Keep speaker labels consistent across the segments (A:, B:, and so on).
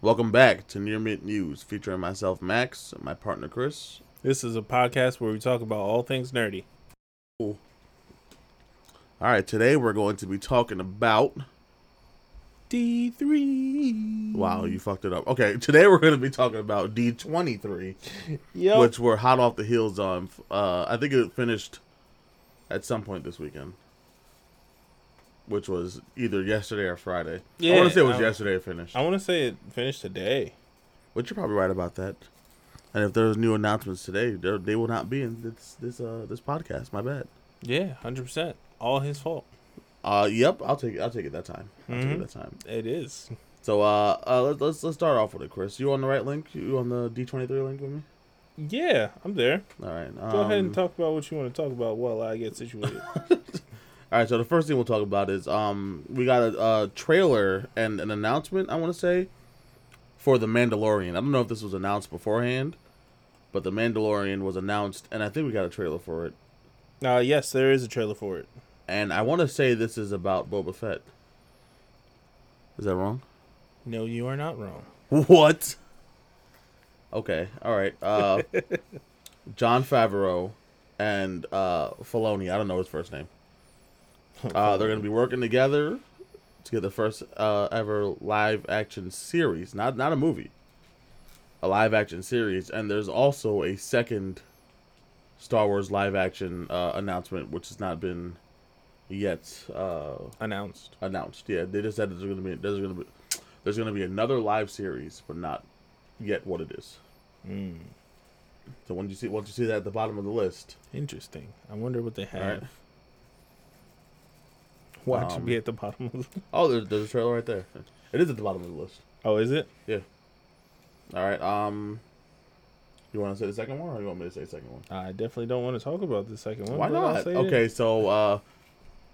A: Welcome back to Near Mint News, featuring myself, Max, and my partner, Chris.
B: This is a podcast where we talk about all things nerdy.
A: All right, today we're going to be talking about.
B: D3.
A: Wow, you fucked it up. Okay, today we're going to be talking about D23,
B: Yep.
A: which we're hot off the heels on. Uh, I think it finished at some point this weekend, which was either yesterday or Friday. I want
B: Yeah,
A: to say it was
B: I-
A: yesterday it finished.
B: I want to say it finished today.
A: But you're probably right about that. And if there's new announcements today, there- they will not be in this this uh this podcast. My bad.
B: Yeah, 100%. All his fault.
A: Uh, yep, I'll take it. I'll take it that time. I'll
B: Mm-hmm.
A: take it that time.
B: It is.
A: So uh, uh let's, let's let's start off with it, Chris. You on the right link? You on the D twenty three link with me?
B: Yeah, I'm there.
A: All right.
B: Go ahead and
A: um,
B: talk about what you want to talk about while I get situated.
A: All right. So the first thing we'll talk about is um we got a, a trailer and an announcement. I want to say for the Mandalorian. I don't know if this was announced beforehand, but the Mandalorian was announced, and I think we got a trailer for it.
B: uh, yes, there is a trailer for it.
A: And I want to say this is about Boba Fett. Is that wrong?
B: No, you are not wrong.
A: What? Okay, all right. Uh, John Favreau and uh, Filoni. I don't know his first name. Uh, they're gonna be working together to get the first uh, ever live action series. Not not a movie. A live action series, and there's also a second Star Wars live action uh, announcement, which has not been yet. Uh,
B: announced.
A: announced. Yeah, they just said there's gonna be there's gonna be there's gonna be another live series, but not yet what it is.
B: Hmm.
A: So when you see once you see that at the bottom of the list,
B: Interesting. I wonder what they have.
A: Alright.
B: Why it should
A: Um,
B: be at the bottom of the
A: oh, there's, there's a trailer right there. It is at the bottom of the list.
B: Oh, is it?
A: Yeah. All right. Um, you want to say the second one, or you want me to say the second one?
B: I definitely don't want to talk about the second one.
A: Why
B: but I'll
A: not?
B: say it.
A: Okay, so uh,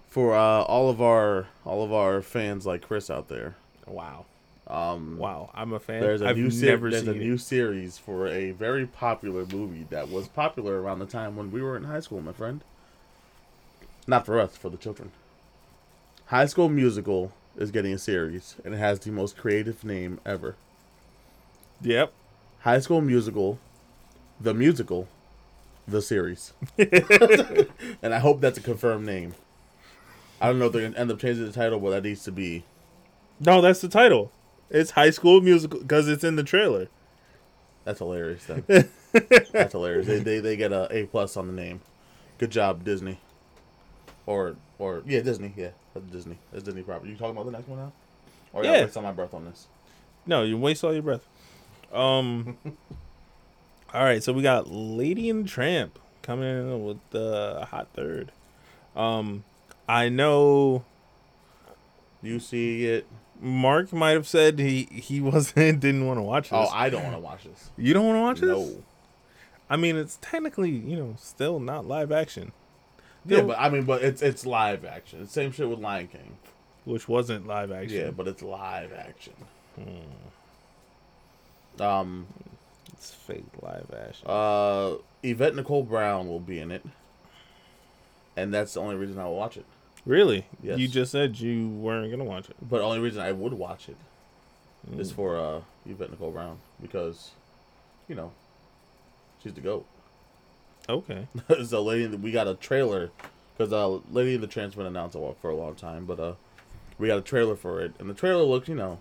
A: for uh, all of our all of our fans like Chris out there,
B: Wow.
A: um,
B: Wow. I'm a fan.
A: There's a
B: I've
A: new ser-
B: never
A: there's
B: seen
A: a new
B: it.
A: series for a very popular movie that was popular around the time when we were in high school, my friend. Not for us, for the children. High School Musical is getting a series, and it has the most creative name ever.
B: Yep.
A: High School Musical, the musical, the series. and I hope that's a confirmed name. I don't know if they're gonna end up changing the title, but that needs to be
B: No, that's the title. It's High School Musical because it's in the trailer.
A: That's hilarious. Then. That's hilarious. They, they they get a A plus on the name. Good job, Disney. Or or yeah, Disney. Yeah, that's Disney. That's Disney property. You talking about the next one now? Or yeah,
B: Yeah.
A: I waste all my breath on this.
B: No, you waste all your breath. Um. all right, so we got Lady and the Tramp coming in with the hot third. Um, I know
A: You see it?
B: Mark might have said he he wasn't didn't want to watch this.
A: Oh, I don't want to watch this.
B: you don't want to watch this?
A: No.
B: I mean, it's technically you know still not live action,
A: Yeah,
B: No.
A: but I mean, but it's it's live action. Same shit with Lion King.
B: which wasn't live action.
A: Yeah, but it's live action. Um,
B: it's fake live action.
A: uh, Yvette Nicole Brown will be in it, and that's the only reason I will watch it.
B: really?
A: yes.
B: You just said you weren't gonna watch it.
A: But only reason I would watch it is for uh, Yvette Nicole Brown because, you know, she's the goat.
B: Okay.
A: so lady, in the- we got a trailer because uh, Lady in the Tramp's been announced a lot- for a long time, but uh, we got a trailer for it, and the trailer looked, you know,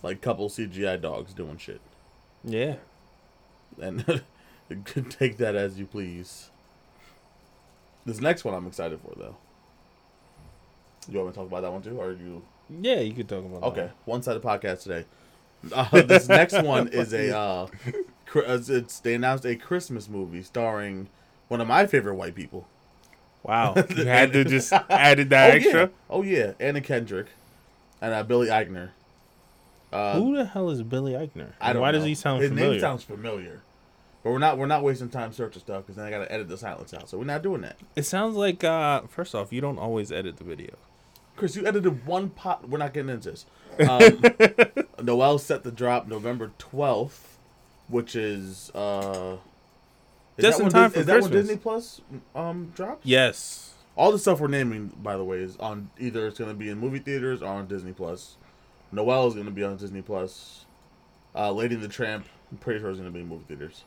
A: like couple CGI dogs doing shit,
B: Yeah.
A: and you could take that as you please. This next one I'm excited for though. You want me to talk about that one too, or you?
B: Yeah, you could talk about that.
A: Okay, one sided podcast today. Uh, this next one is a uh, cr- uh, it's they announced a Christmas movie starring one of my favorite white people.
B: Wow, you had to just added that extra.
A: Oh yeah, oh yeah, Anna Kendrick and uh, Billy Eichner. Uh,
B: Who the hell is Billy Eichner?
A: I don't
B: Why does
A: know.
B: he sound
A: His
B: familiar?
A: name sounds familiar, but we're not we're not wasting time searching stuff because then I gotta edit the silence out. So we're not doing that.
B: it sounds like uh first off, you don't always edit the video.
A: Chris, you edited one pot. We're not getting into this. Um, Noel set the drop November twelfth, which is uh, is that
B: Just in
A: when
B: time
A: Dis-
B: for
A: is that when
B: Christmas.
A: Disney Plus um drops?
B: Yes.
A: All the stuff we're naming, by the way, is on either it's gonna be in movie theaters or on Disney Plus. Noel is gonna be on Disney Plus. Uh, Lady and the Tramp. I'm pretty sure it's gonna be in movie theaters.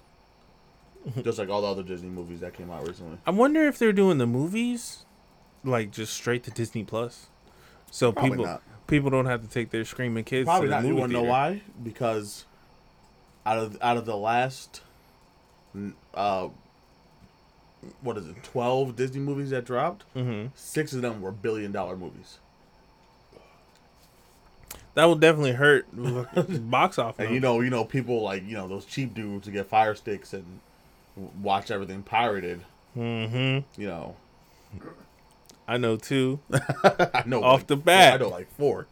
A: Just like all the other Disney movies that came out recently.
B: I wonder if they're doing the movies, like just straight to Disney Plus, so
A: Probably
B: people
A: not.
B: people don't have to take their screaming kids.
A: Probably
B: to the
A: not. You
B: Movie
A: want to know
B: theater.
A: why? Because out of out of the last, n- uh, what is it? Twelve Disney movies that dropped.
B: Mhm.
A: Six of them were billion dollar movies.
B: That will definitely hurt box office.
A: And you know, you know, people like you know those cheap dudes who get fire sticks and w- watch everything pirated.
B: hmm
A: You know,
B: I know too.
A: I know
B: Off
A: like,
B: the bat.
A: I know like four.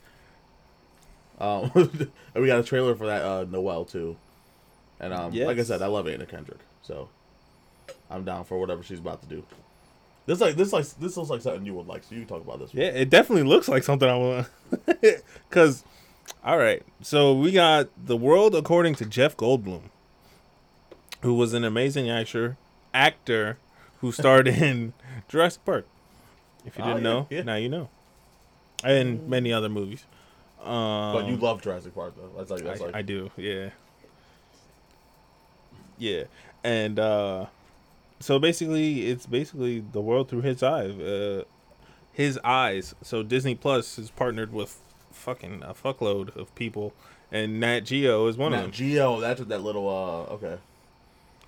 A: Um, and we got a trailer for that uh, Noel too, and um, like I
B: Yes.
A: said, I love Anna Kendrick, so I'm down for whatever she's about to do. This like this like this looks like something you would like, so you can talk about this.
B: Yeah, it definitely looks like something I want. Cause, all right, so we got the world according to Jeff Goldblum, who was an amazing actor, actor who starred in Jurassic Park. If you
A: Oh,
B: didn't
A: yeah,
B: know,
A: yeah.
B: now you know, and many other movies. Um,
A: but you love Jurassic Park though. That's like that's
B: I,
A: like
B: I do, yeah. Yeah. And uh so basically it's basically the world through his eyes. Uh his eyes. So Disney Plus is partnered with fucking a fuckload of people and Nat Geo is one
A: Nat
B: of them.
A: Geo. That's what that little uh okay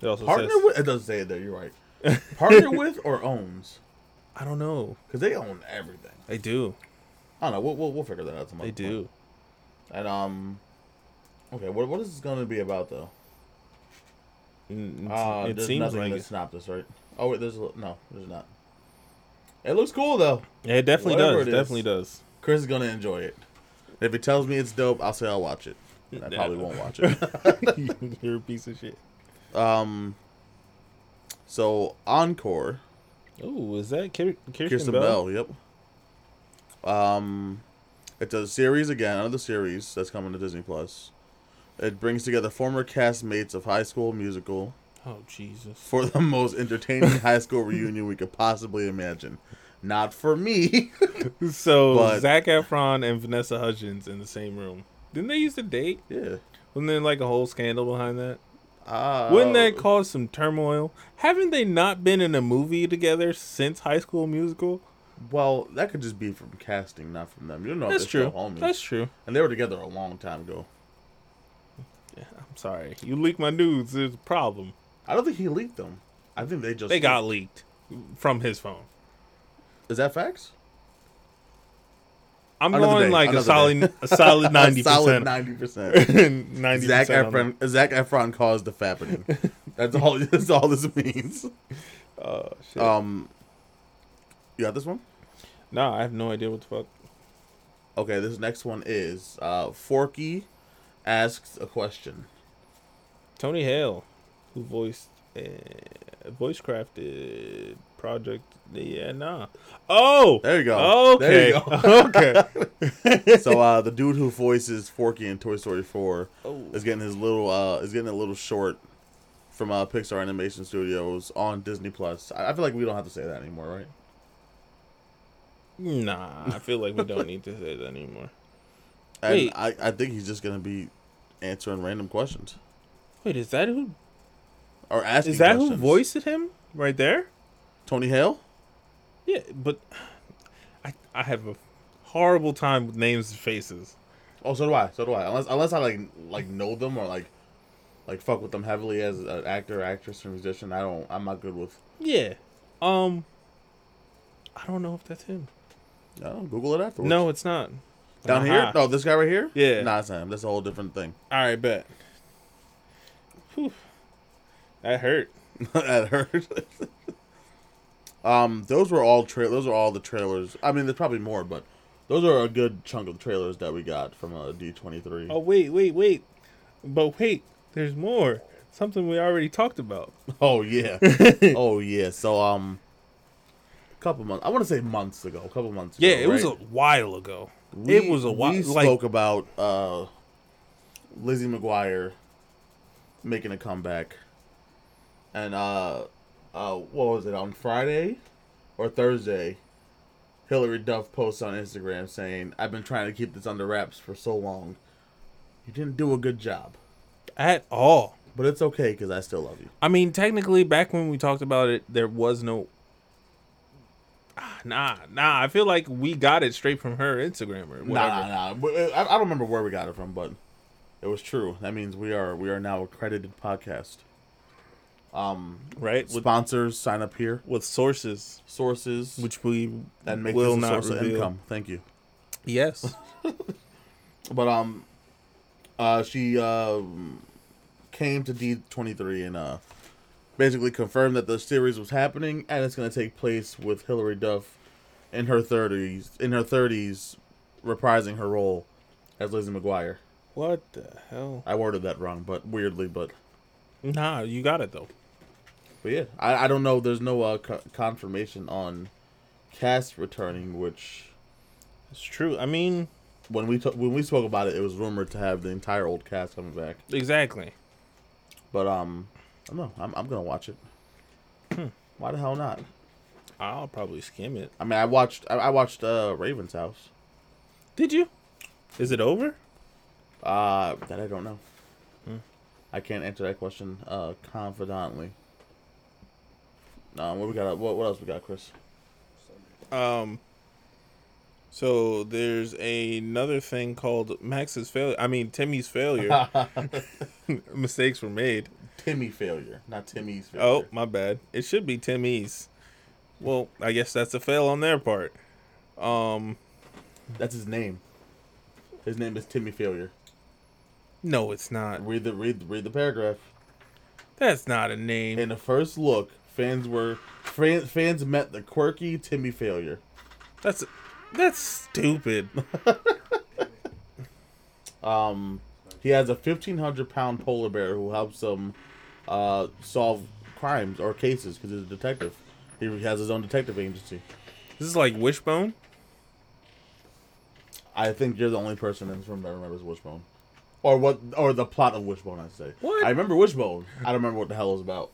B: It also
A: partner
B: says,
A: with. It doesn't say it there. You're right. Partner with or owns
B: I don't know.
A: because they own everything.
B: They do.
A: I don't know. We'll we'll, we'll figure that out tomorrow.
B: They do.
A: And um, okay, what what is this going to be about though?
B: N-
A: Uh,
B: mm, it
A: there's
B: seems
A: nothing
B: like
A: to
B: it.
A: stop this, right? Oh wait, there's a, no, there's not. It looks cool though.
B: Yeah, it definitely
A: whatever
B: does.
A: it is.
B: definitely does.
A: Chris is gonna enjoy it. If he tells me it's dope, I'll say I'll watch it. And I
B: Yeah.
A: probably won't watch it.
B: You're a piece of shit.
A: Um, so encore,
B: Oh, is that Kir- Kirsten,
A: Kirsten
B: Bell?
A: Bell. Yep. Um, it's a series again, another series that's coming to Disney Plus. It brings together former castmates of High School Musical
B: Oh Jesus.
A: for the most entertaining high school reunion we could possibly imagine. Not for me.
B: So
A: But-
B: Zach Efron and Vanessa Hudgens in the same room. Didn't they used to date?
A: yeah.
B: Wasn't there like a whole scandal behind that?
A: Uh,
B: Wouldn't that cause some turmoil? Haven't they not been in a movie together since High School Musical?
A: well, that could just be from casting, not from them. You know,
B: That's
A: Oh, they're still
B: true.
A: Homies.
B: That's true.
A: and they were together a long time ago.
B: Yeah, I'm sorry. You leaked my nudes. There's a problem.
A: I don't think he leaked them. I think they just
B: They got leaked from his phone.
A: Is that facts?
B: I'm
A: Another
B: going
A: day,
B: like a
A: another
B: solid, a solid ninety
A: A solid
B: percent.
A: ninety percent.
B: Ninety
A: Zach
B: percent. on
A: Efron. Zach Efron caused the fappening. that's all. That's all this means.
B: that. Oh shit.
A: Um, you got this one.
B: no, I have no idea what the fuck.
A: Okay, this next one is uh, Forky asks a question.
B: Tony Hale, who voiced uh, voice crafted Project. Yeah, nah. Oh,
A: There you go. There
B: okay,
A: you go.
B: okay.
A: so uh, the dude who voices Forky in Toy Story Four
B: Oh.
A: is getting his little uh, is getting a little short from uh, Pixar Animation Studios on Disney Plus. I, I feel like we don't have to say that anymore, right?
B: Nah, I feel like we don't need to say that anymore.
A: And
B: Wait.
A: I, I think he's just gonna be answering random questions
B: Wait, is that who?
A: or asking.
B: Is that who
A: questions.
B: voiced him right there?
A: Tony Hale?
B: Yeah, but I I have a horrible time with names and faces.
A: Oh, so do I. So do I. Unless unless I like like know them or like like fuck with them heavily as an actor, actress, or musician. I don't. I'm not good with.
B: Yeah. Um. I don't know if that's him.
A: I don't know, Google it afterwards.
B: No, it's not.
A: down here.
B: Aha.
A: No, this guy right here.
B: Yeah.
A: nah, it's not him. That's a whole different thing.
B: All right, bet. Whew. That hurt.
A: that hurt. um, those were all tra- Those are all the trailers. I mean, there's probably more, but those are a good chunk of the trailers that we got from uh, D23.
B: Oh wait, wait, wait. But wait, there's more. Something we already talked about.
A: Oh yeah, oh yeah. So um, a couple months. I want to say months ago. A couple months. ago, right?
B: while ago.
A: We- We spoke about uh, Lizzie McGuire making a comeback, and uh, uh, what was it on Friday or Thursday? Hillary Duff posts on Instagram saying, "I've been trying to keep this under wraps for so long. You didn't do a good job."
B: at all.
A: But it's okay because I still love you.
B: I mean, technically, back when we talked about it, there was no. Ah, Nah, nah. I feel like we got it straight from her Instagram or whatever.
A: Nah, nah, nah. But, uh, I, I don't remember where we got it from, but it was true. That means we are we are now accredited podcast. Um,
B: Right with
A: sponsors sign up here.
B: with sources,
A: Sources
B: which we
A: and make this
B: will
A: a
B: not
A: source of
B: reveal.
A: income. Thank you.
B: Yes,
A: But um, uh, she um came to D twenty three and uh basically confirmed that the series was happening and it's gonna take place with Hilary Duff in her thirties in her thirties reprising her role as Lizzie McGuire.
B: what the hell?
A: I worded that wrong, but weirdly, but
B: Nah, you got it though.
A: but yeah, I, I don't know. There's no uh, co- confirmation on cast returning, which
B: It's true. I mean,
A: when we t- when we spoke about it, it was rumored to have the entire old cast coming back.
B: exactly.
A: But um, I don't know. I'm I'm gonna watch it. Why the hell not?
B: I'll probably skim it.
A: I mean, I watched I, I watched uh Raven's House.
B: Did you? Is it over?
A: Uh, that I don't know. I can't answer that question uh confidently. Um, what we got? What what else we got, Chris?
B: Um. So there's another thing called Max's failure. I mean Timmy's failure. Mistakes were made.
A: Timmy failure, not Timmy's failure.
B: Oh, my bad. It should be Timmy's. Well, I guess that's a fail on their part. Um.
A: That's his name. His name is Timmy Failure.
B: No, it's not.
A: Read the read read the paragraph.
B: That's not a name.
A: In the first look, fans were fans, fans met the quirky Timmy Failure.
B: That's that's stupid.
A: Um, he has a fifteen hundred pound polar bear who helps him uh, solve crimes or cases because he's a detective. He has his own detective agency.
B: this is like Wishbone.
A: I think you're the only person in this room that remembers Wishbone, or what, or the plot of Wishbone. I say.
B: What?
A: I remember Wishbone. I don't remember what the hell it was about.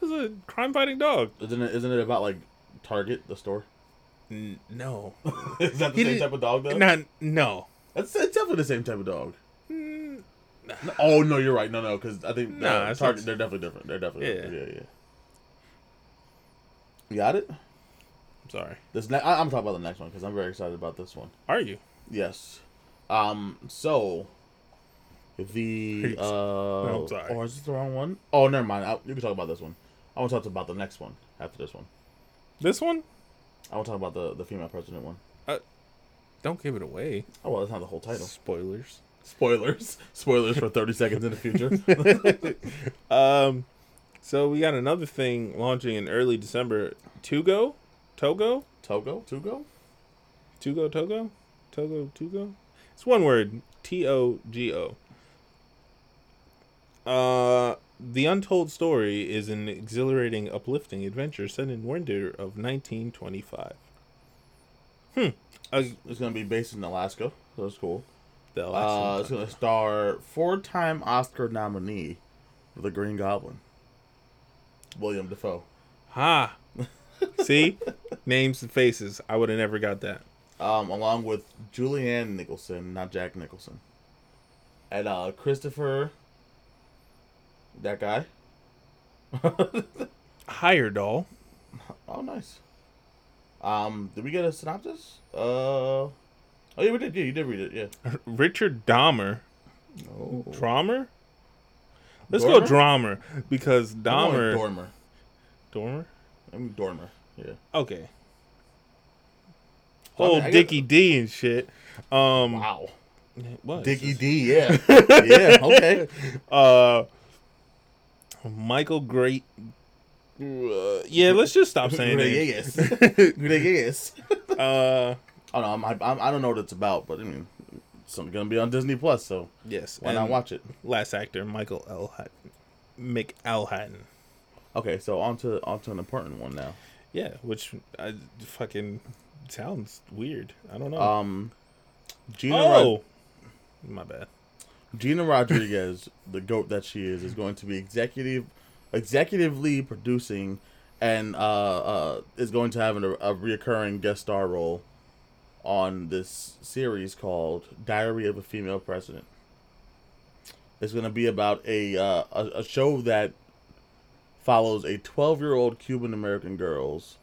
B: This is a crime-fighting dog.
A: Isn't it? Isn't it about like Target, the store?
B: N- no.
A: Is that the
B: He
A: same
B: did-
A: type of dog though?
B: Not no.
A: That's it's definitely the same type of dog. No- Oh no, you're right. No, no, because I think
B: Nah,
A: uh,
B: it's
A: Target,
B: not-
A: they're definitely different. They're definitely
B: Yeah.
A: different. yeah, yeah. You got it.
B: I'm sorry.
A: This ne- I- I'm talking about the next one because I'm very excited about this one.
B: Are you?
A: Yes. Um. So the
B: Peace.
A: uh.
B: Oh, I'm sorry.
A: Or is this the wrong one? Oh, never mind. I, you can talk about this one. I want to talk about the next one after this one.
B: This one?
A: I want to talk about the the female president one.
B: Don't give it away.
A: Oh well, that's not the whole title.
B: Spoilers.
A: Spoilers. Spoilers for 30 seconds in the future.
B: Um, so we got another thing launching in early December. Togo, Togo,
A: Togo? Togo?
B: Togo, Togo, Togo, Togo. It's one word. T O G O. Uh, the untold story is an exhilarating, uplifting adventure set in winter of 1925. Hmm. Uh,
A: It's going to be based in Alaska. So it's cool.
B: the
A: Uh,
B: last
A: it's going to star four time Oscar nominee for The Green Goblin, William Defoe.
B: ha. See, names and faces. I would have never got that.
A: um, along with Julianne Nicholson, not Jack Nicholson, and uh, Christopher, that guy.
B: Higher doll.
A: oh, nice. Um, did we get a synopsis? Uh, oh yeah, we did. Yeah, you did read it. Yeah.
B: Richard Dahmer.
A: Oh.
B: Drummer? Let's go
A: Dormer?
B: Drummer because
A: Dormer.
B: Dahmer.
A: Dormer.
B: Dormer?
A: I'm Dormer. Yeah.
B: Okay.
A: I mean,
B: Old
A: I guess-
B: Oh, Dickie D and shit. Um,
A: Wow.
B: what?
A: Dickie D. Yeah. yeah. Okay.
B: Uh, Michael Great. Uh, yeah, let's just stop saying
A: Yeah,
B: it.
A: yes. Yeah, yes.
B: Uh,
A: I don't know. I'm, I'm, I don't know what it's about, but I mean, it's gonna be on Disney Plus, so
B: yes.
A: why not
B: and
A: watch it?
B: Last actor Michael L. Hatton. Mick L. Hatton.
A: Okay, so on to on to an important one now.
B: Yeah, which I fucking sounds weird. I don't know.
A: Um, Gina Rod-
B: oh, my bad.
A: Gina Rodriguez, the goat that she is, is going to be executive, executively producing, and uh, uh is going to have an, a reoccurring guest star role on this series called Diary of a Female President. It's going to be about a, uh, a a show that follows a 12 year old Cuban American girl's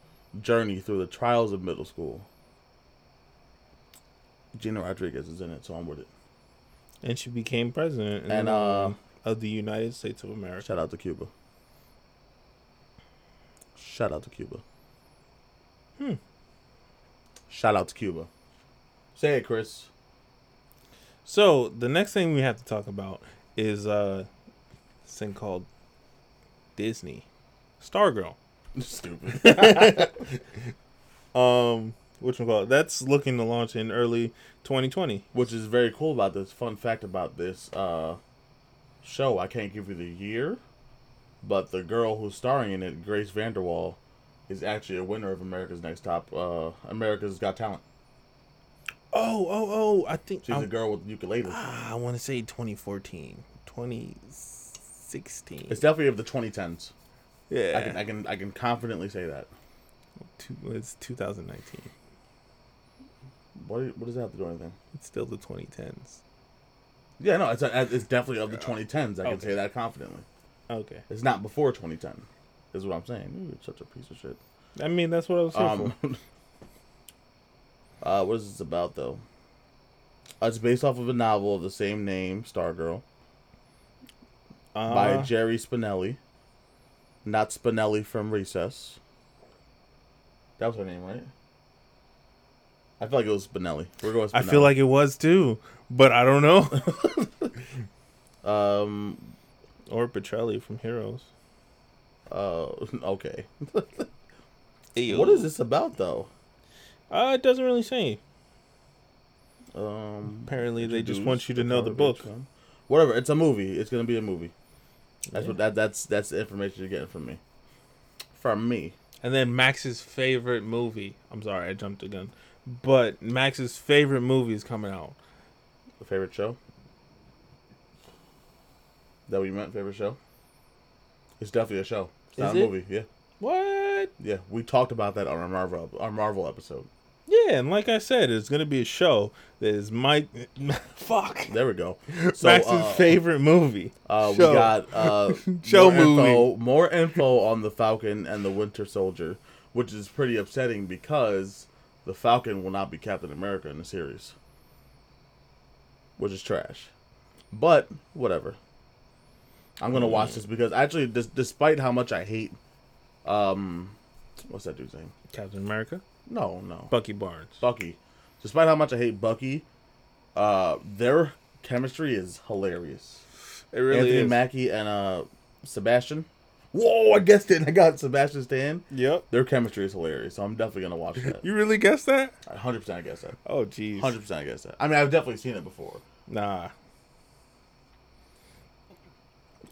A: journey through the trials of middle school. Gina Rodriguez is in it, so I'm with it.
B: and she became president in,
A: And, uh,
B: of the United States of America.
A: Shout out to Cuba. Shout out to Cuba.
B: Hmm.
A: Shout out to Cuba. Say it, Chris.
B: So the next thing we have to talk about is uh, this thing called Disney Stargirl.
A: Stupid.
B: Um, which call that's looking to launch in early 2020.
A: Which is very cool about this. Fun fact about this uh, show I can't give you the year, but the girl who's starring in it, Grace Vanderwall, is actually a winner of America's Next Top. Uh, America's Got Talent.
B: Oh, oh, oh! I think
A: She's
B: I,
A: a girl with ukulele.
B: ah, I want to say 2014, 2016.
A: It's definitely of the 2010s.
B: yeah,
A: I can I can I can confidently say that.
B: Two- it's 2019.
A: What what does that have to do with anything?
B: It's still the 2010s.
A: Yeah, no, it's uh, it's definitely of the 2010s. I can
B: Okay.
A: say that confidently.
B: Okay,
A: It's not before 2010, is what I'm saying. You're such a piece of shit.
B: I mean that's what I was here
A: Um,
B: for.
A: uh, what is this about though? Uh, It's based off of a novel of the same name, Stargirl,
B: Uh,
A: by Jerry Spinelli. Not Spinelli from Recess. That was her name, right? I feel like it was Spinelli. We're going. Spinelli.
B: I feel like it was too, but I don't know.
A: um
B: or Petrelli from Heroes.
A: uh okay. What is this about though?
B: Uh, it doesn't really say.
A: Um,
B: Apparently, they just
A: introduce
B: want you to know the
A: Dakota
B: book.
A: Johnson. Whatever, it's a movie. It's gonna be a movie. That's
B: Yeah.
A: what that that's that's the information you're getting from me. From me,
B: And then Max's favorite movie. I'm sorry, I jumped the gun. But Max's favorite movie is coming out.
A: the favorite show. That what you meant? Favorite show? It's definitely a show. It's not
B: Is
A: a
B: it?
A: movie. Yeah,
B: What?
A: yeah. We talked about that on our Marvel our Marvel episode.
B: Yeah, and like I said, it's gonna be a show that is my fuck
A: There we go.
B: Max's
A: uh,
B: favorite movie.
A: Uh,
B: Show.
A: We got uh,
B: Show
A: more info, more info on the Falcon and the Winter Soldier, which is pretty upsetting because the Falcon will not be Captain America in the series, which is trash. But whatever, I'm gonna watch this because actually, dis- despite how much I hate, um, what's that dude's name?
B: Captain America,
A: No, no,
B: Bucky Barnes.
A: Bucky. Despite how much I hate Bucky, uh, their chemistry is hilarious.
B: It really
A: Anthony
B: is.
A: Mackie and uh Sebastian. Whoa, I guessed it. I got Sebastian Stan.
B: yep.
A: Their chemistry is hilarious, so I'm definitely gonna watch that.
B: You really guessed that?
A: 100 percent I guess that.
B: Oh, jeez.
A: 100 percent I guess that. I mean, I've definitely seen it before.
B: Nah.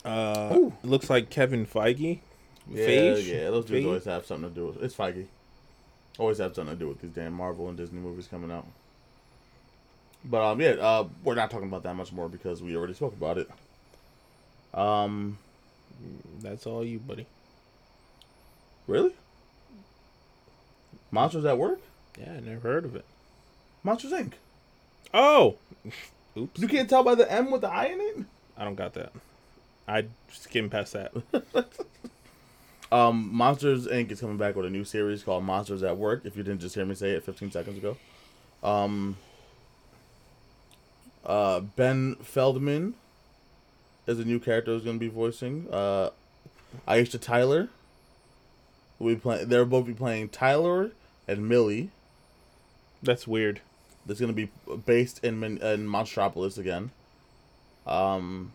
B: Uh,
A: Ooh.
B: it looks like Kevin Feige.
A: Yeah,
B: Feige?
A: yeah. Those dudes
B: Feige?
A: always have something to do with. It's Feige. Always have something to do with these damn Marvel and Disney movies coming out. But um, yeah, uh, we're not talking about that much more because we already spoke about it. Um,
B: That's all you, buddy.
A: really? Monsters at Work?
B: Yeah, I never heard of it.
A: Monsters Inc.
B: Oh, oops.
A: You can't tell by the M with the I in it.
B: I don't got that. I skimmed past that.
A: Um, Monsters Inc. is coming back with a new series called Monsters at Work. If you didn't just hear me say it 15 seconds ago, um, uh, Ben Feldman is a new character who's going to be voicing. Uh, Aisha Tyler. We play. They're both be playing Tyler and Millie.
B: That's weird.
A: That's going to be based in Min- in Monstropolis again. Um,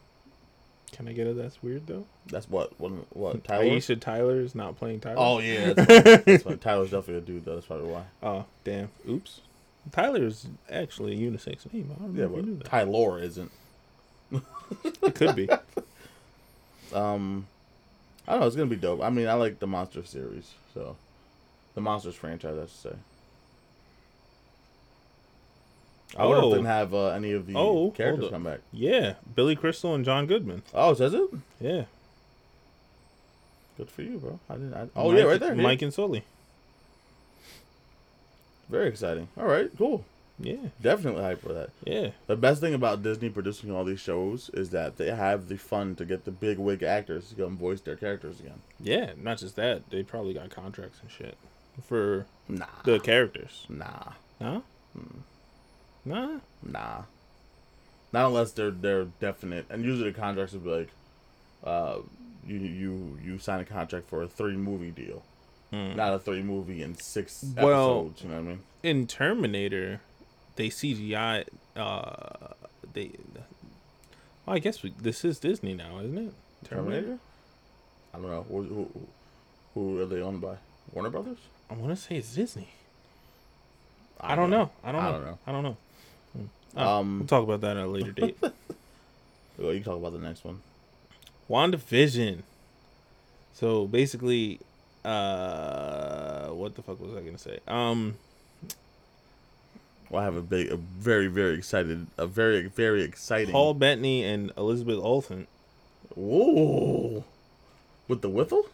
B: Can I get it? That's weird though.
A: that's what what, what Tyler.
B: Aisha Tyler is not playing Tyler.
A: Oh yeah, that's fine. that's fine. Tyler's definitely a dude though. That's probably why.
B: Oh, damn. Oops. Tyler is actually a unisex name. I don't know
A: Yeah,
B: if you knew
A: but
B: that.
A: Tyler isn't.
B: It could be.
A: Um, I don't know. It's gonna be dope. I mean, I like the monster series, so the monsters franchise, I should say. I wonder if
B: Oh.
A: they didn't have uh, any of the
B: Oh, hold
A: characters
B: up.
A: come back.
B: Yeah, Billy Crystal and John Goodman.
A: Oh, it says it.
B: Yeah.
A: Good for you, bro. I didn't. I, oh
B: Mike-
A: yeah, right there. yeah.
B: Mike and Sully.
A: Very exciting. All right, cool.
B: Yeah,
A: Definitely hype for that.
B: yeah,
A: The best thing about Disney producing all these shows is that they have the fun to get the big wig actors to come voice their characters again.
B: yeah. Not just that, they probably got contracts and shit for
A: Nah.
B: the characters. Hmm.
A: nah.
B: Nah, nah.
A: Nah. Not unless they're they're definite. And usually the contracts would be like, uh, you you you sign a contract for a three movie deal,
B: Hmm.
A: not a three movie and six
B: Well-
A: episodes. You know what I mean?
B: in Terminator, they CGI. Uh, they. Well, I guess we, this is Disney now, isn't it?
A: I don't know. Who, who, who are they owned by? Warner Brothers?
B: I want to say it's Disney. I don't know. Uh, I don't know. I don't know. I don't know.
A: Um,
B: We'll talk about that at a later date.
A: well, you can talk about the next one.
B: WandaVision. So basically, uh, what the fuck was I gonna say? Um,
A: Well, I have a big, a very, very excited, a very, very exciting.
B: Paul Bettany and Elizabeth Olsen.
A: Whoa, with the whiffle?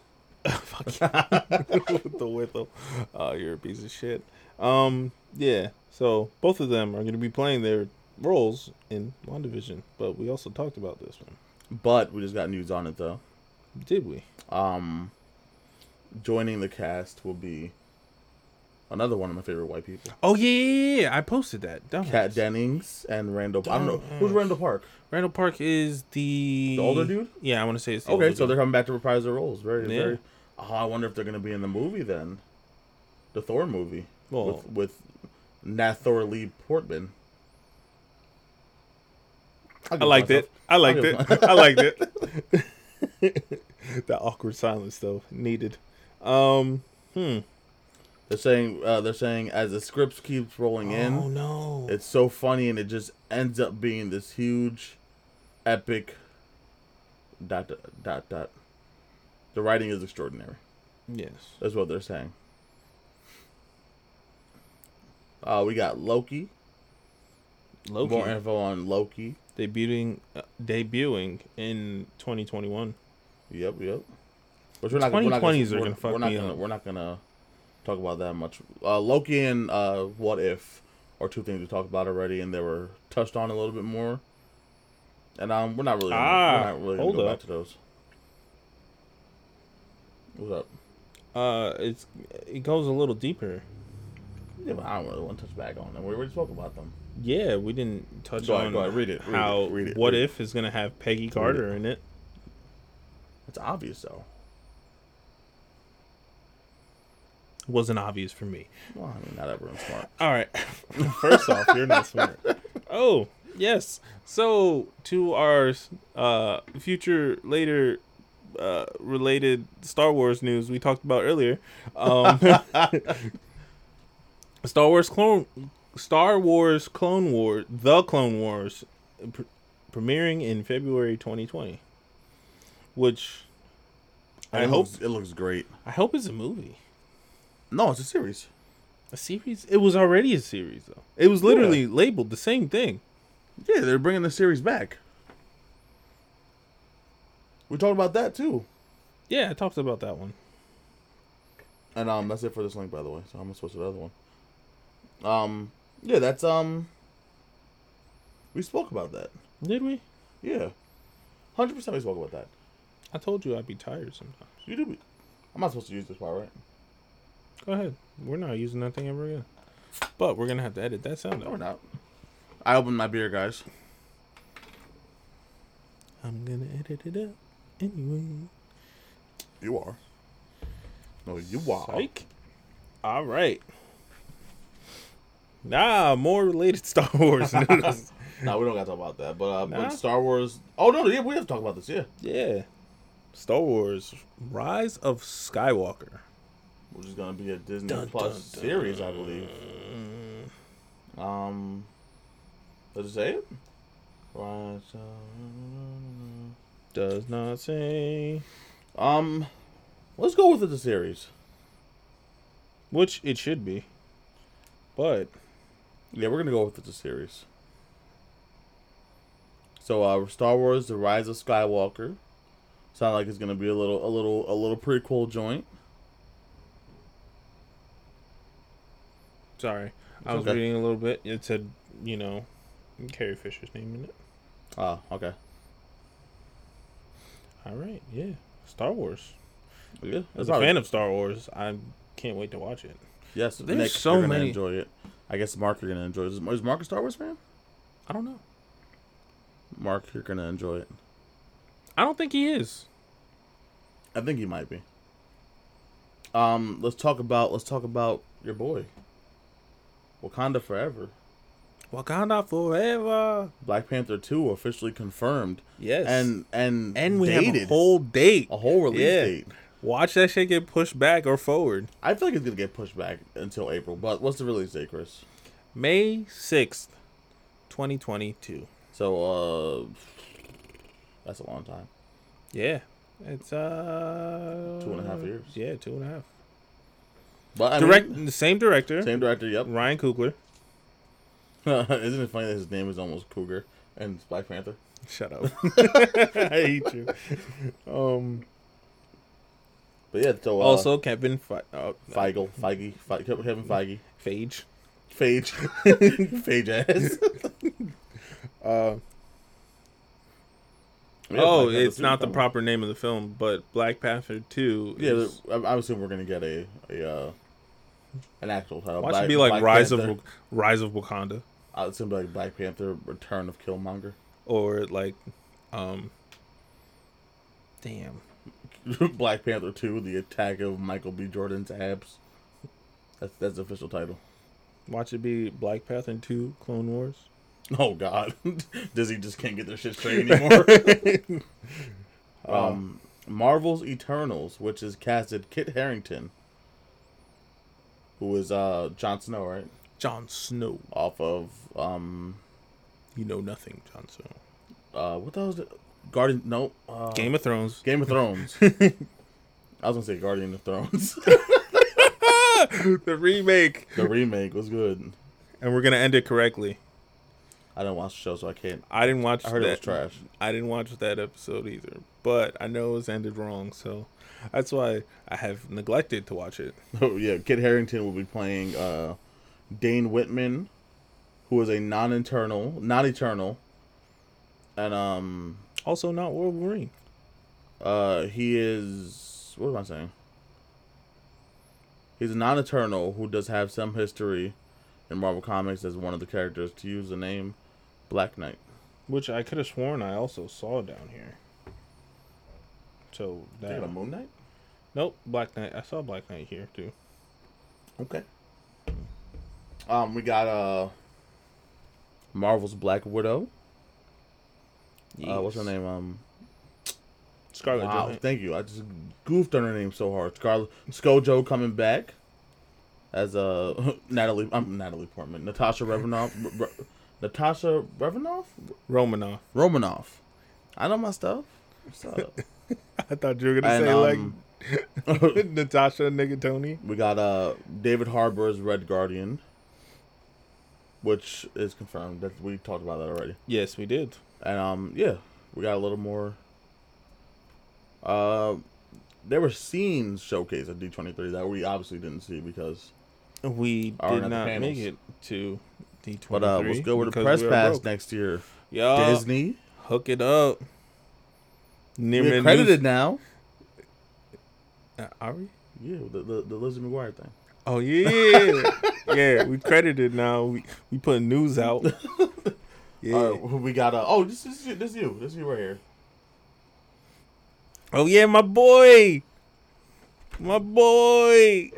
B: Fuck you. with the whittle. Oh, you're a piece of shit. Um, yeah. So both of them are going to be playing their roles in WandaVision, but we also talked about this one,
A: But we just got news on it though.
B: did we?
A: Um, joining the cast will be another one of my favorite white people:
B: Oh yeah, yeah, yeah. I posted that. Dumbass.
A: Kat Dennings and Randall. I don't know who's Randall Park.
B: Randall Park is the
A: The older dude?
B: Yeah, I want to say it's the
A: Okay,
B: older
A: so they're
B: dude.
A: coming back to reprise their roles. Very,
B: Yeah.
A: very. Oh, I wonder if they're gonna be in the movie then, the Thor movie
B: Well-
A: with with Nathor Lee Portman.
B: I liked it. I liked
A: give
B: it. I liked it. that awkward silence though needed. Um, hmm.
A: They're saying uh, they're saying as the scripts keeps rolling in,
B: Oh no.
A: it's so funny and it just ends up being this huge, epic. Dot dot, dot dot. The writing is extraordinary.
B: yes.
A: That's what they're saying. Uh, we got Loki.
B: Loki.
A: More info on Loki.
B: debuting uh, debuting in 2021.
A: Yep, yep. But we're not.
B: 2020s are
A: we're,
B: gonna fuck
A: we're not
B: me
A: gonna,
B: up.
A: We're not gonna talk about that much. Uh, Loki and uh, What If are two things we talked about already, and they were touched on a little bit more. And um, we're not really. Gonna,
B: Ah,
A: we're not really gonna
B: hold
A: go
B: up.
A: back to those. What's up?
B: Uh, it's it goes a little deeper.
A: Yeah, but I don't really want to touch back on them. We already spoke about them.
B: Yeah, we didn't touch
A: Go
B: on
A: ahead, go ahead, read it, read
B: how
A: it, read it,
B: What
A: read it.
B: If is gonna have Peggy Carter in it.
A: It's obvious though.
B: Wasn't obvious for me.
A: Well, I mean, not everyone's smart.
B: All right. First off, you're not smart. Oh yes. So to our uh, future later uh, related Star Wars news we talked about earlier, um, Star Wars clone, Star Wars Clone War, the Clone Wars, pr- premiering in February 2020, which I
A: it
B: hope
A: looks, it looks great.
B: I hope is a movie.
A: No, it's a series.
B: A series? It was already a series though. It was literally labeled the same thing.
A: Yeah, they're bringing the series back. We talked about that too.
B: Yeah, I talked about that one.
A: And um, that's it for this link, by the way. So I'm gonna switch to the other one. Um, yeah, that's um. We spoke about that.
B: Did we?
A: Yeah, hundred percent. We spoke about that.
B: I told you I'd be tired sometimes.
A: You do. Be- I'm not supposed to use this part, right?
B: Go ahead. We're not using that thing ever again. But we're gonna have to edit that sound
A: No, we're
B: out.
A: not. I opened my beer, guys.
B: I'm gonna edit it out anyway.
A: You are. No, you are.
B: Psych. All right. Nah, more related Star Wars news.
A: No, we don't got to talk about that. But uh,
B: Nah.
A: when Star Wars. Oh no, yeah, we have to talk about this. Yeah,
B: yeah, Star Wars: Rise of Skywalker.
A: which is gonna be a Disney
B: Dun,
A: Plus
B: dun,
A: series, I believe. Um, does it say it? Rise of-
B: Does not say
A: Um, let's go with it, the series.
B: which it should be, but
A: Yeah, we're gonna go with it, the series. So, uh, Star Wars: The Rise of Skywalker. Sound like it's gonna be a little, a little, a little prequel joint.
B: sorry. I was
A: okay.
B: reading a little bit. It said, you know, Carrie Fisher's name in it.
A: Oh, okay.
B: All right, yeah, Star Wars.
A: Yeah,
B: As
A: that's
B: a
A: all right.
B: fan of Star Wars, I can't wait to watch it.
A: Yes,
B: There's
A: Nick,
B: so
A: you're gonna
B: many-
A: enjoy it. I guess Mark, you're gonna enjoy it. Is, is Mark a Star Wars fan?
B: I don't know.
A: Mark, you're gonna enjoy it.
B: I don't think he is.
A: I think he might be. Um, let's talk about let's talk about your boy, Wakanda Forever.
B: Wakanda forever.
A: Black Panther Two officially confirmed,
B: Yes.
A: and and
B: and we have a
A: dated.
B: whole date.
A: a whole release
B: Yeah.
A: date.
B: Watch that shit get pushed back or forward.
A: I feel like it's gonna get pushed back until April. But what's the release date, Chris?
B: May sixth, twenty twenty two.
A: So uh, that's a long time.
B: Yeah. It's uh
A: Two and a half years.
B: Yeah, two and a half.
A: But I
B: Direct
A: mean,
B: the same director,
A: same director. Yep.
B: Ryan Coogler.
A: Isn't it funny that his name is almost Cougar and Black Panther?
B: Shut up. I hate you. Um
A: But yeah, so uh, also
B: also Kevin Fe- uh,
A: Feigl, Feige, Fe- Kevin Feige,
B: Feige.
A: Phage, Phage ass.
B: Uh,
A: Yeah,
B: oh,
A: Black Panther
B: it's
A: 2
B: not the
A: coming.
B: proper name of the film, but Black Panther 2
A: Yeah,
B: is
A: I, I assume we're gonna get a a uh, an actual title.
B: Why should
A: Black-
B: it be like
A: Black
B: Rise
A: Panther.
B: of Wak- Rise of Wakanda
A: I would assume like Black Panther: Return of Killmonger,
B: or like um damn.
A: Black Panther Two: The Attack of Michael B. Jordan's Abs. That's that's the official title.
B: Watch it be Black Panther 2 Clone Wars.
A: Oh God, Disney just can't get their shit straight anymore. um, Marvel's Eternals, which is casted Kit Harrington, who is uh Jon Snow, right?
B: Jon Snow.
A: Off of um
B: You know nothing, Jon Snow.
A: uh what the hell is it? Guardian? No, uh,
B: Game of Thrones.
A: Game of Thrones. I was gonna say Guardian of Thrones.
B: the remake.
A: the remake was good.
B: And we're gonna end it correctly.
A: I don't watch the show, so I can't.
B: I didn't watch
A: I heard
B: that.
A: it was trash.
B: I didn't watch that episode either. But I know it was ended wrong, so that's why I have neglected to watch it.
A: Oh yeah, Kit Harrington will be playing uh, Dane Whitman, who is a non-internal, non-eternal, and um,
B: Also not Wolverine.
A: uh, he is what am I saying? He's a non-eternal who does have some history in Marvel Comics as one of the characters to use the name Black Knight.
B: Which I could have sworn I also saw down here. So that
A: Moon Knight.
B: Nope, Black Knight. I saw Black Knight here too.
A: Okay. Um, we got uh, Marvel's Black Widow. Uh, what's her name? Um,
B: Scarlet
A: Wow,
B: Johansson.
A: thank you. I just goofed on her name so hard. Scarlet Skojo coming back as uh, Natalie. I'm Natalie Portman. Natasha Romanoff. R- R- Natasha Romanoff.
B: Romanoff.
A: Romanoff. I know my stuff. What's up?
B: I thought you were
A: And, um,
B: like Natasha Negatoni.
A: we got uh David Harbour as Red Guardian, which is confirmed. That we talked about that already.
B: Yes, we did.
A: And um, yeah, we got a little more. Uh, there were scenes showcased at D twenty three that we obviously didn't see because.
B: We
A: Are
B: did
A: another
B: not
A: panels.
B: make it to D twenty.
A: But uh, let's go with the press pass next year.
B: Yeah,
A: Disney,
B: hook it up.
A: we're
B: Neiman
A: credited now.
B: News- Uh, are we?
A: Yeah, the the, the Lizzie McGuire thing.
B: Oh yeah, yeah. We credited now. We we put news out. Yeah.
A: All right, we got uh oh this is this is you this is you right here.
B: Oh yeah, my boy, my boy,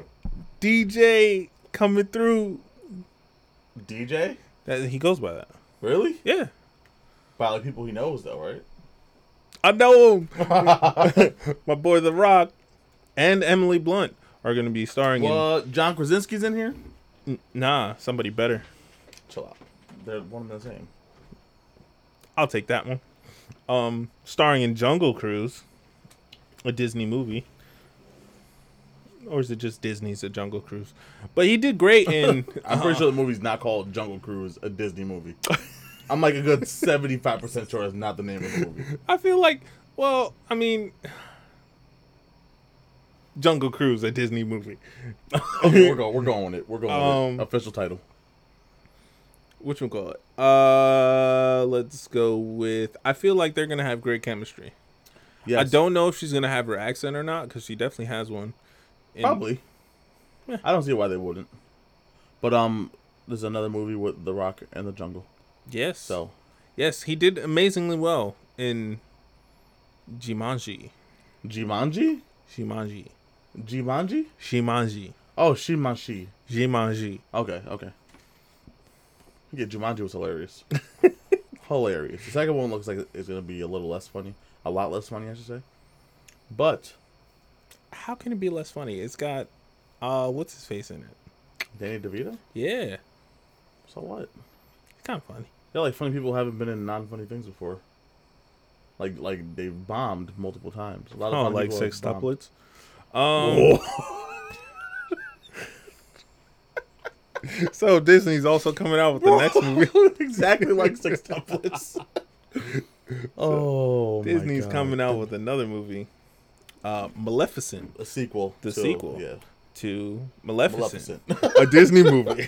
B: DJ coming through.
A: DJ,
B: That, he goes by that.
A: really?
B: Yeah,
A: Probably people he knows though, right?
B: I know him. my boy The Rock and Emily Blunt are gonna be starring
A: well, John Krasinski's in here.
B: in. N- Nah, somebody better.
A: Chill out. They're one and the same.
B: I'll take that one. Um, starring in Jungle Cruise, a Disney movie, or is it just Disney's A Jungle Cruise? But he did great in.
A: I'm pretty sure the movie's not called Jungle Cruise, a Disney movie. I'm like a good 75% sure it's not the name of the movie.
B: I feel like, well, I mean, Jungle Cruise, a Disney movie.
A: Okay, we're going, we're going with it. We're going with
B: Um,
A: it. Official title.
B: Which one call it? Uh, let's go with. I feel like they're gonna have great chemistry.
A: Yes,
B: I don't know if she's gonna have her accent or not because she definitely has one. And-
A: probably.
B: Yeah.
A: I don't see why they wouldn't. But um, there's another movie with The Rock and the Jungle.
B: Yes.
A: So
B: Yes, he did amazingly well in Jumanji.
A: Jumanji,
B: Jumanji.
A: Jumanji.
B: Jumanji.
A: Oh, Shimanshi.
B: Jumanji.
A: Okay, okay. Yeah, Jumanji was hilarious. hilarious. The second one looks like it's gonna be a little less funny, a lot less funny, I should say. But
B: How can it be less funny? It's got uh what's his face in it?
A: Danny DeVito,
B: Yeah.
A: so what?
B: It's kind of funny.
A: Yeah, like funny people haven't been in non-funny things before. Like, like they've bombed multiple times. A lot of
B: Oh,
A: funny
B: like
A: people have bombed.
B: sextuplets. Um
A: Whoa.
B: so Disney's also coming out with the next movie.
A: exactly like sextuplets. oh, my
B: Disney's
A: God.
B: coming out with another movie. Uh Maleficent
A: a sequel.
B: The
A: to-
B: sequel.
A: yeah,
B: to Maleficent.
A: Maleficent.
B: A Disney movie.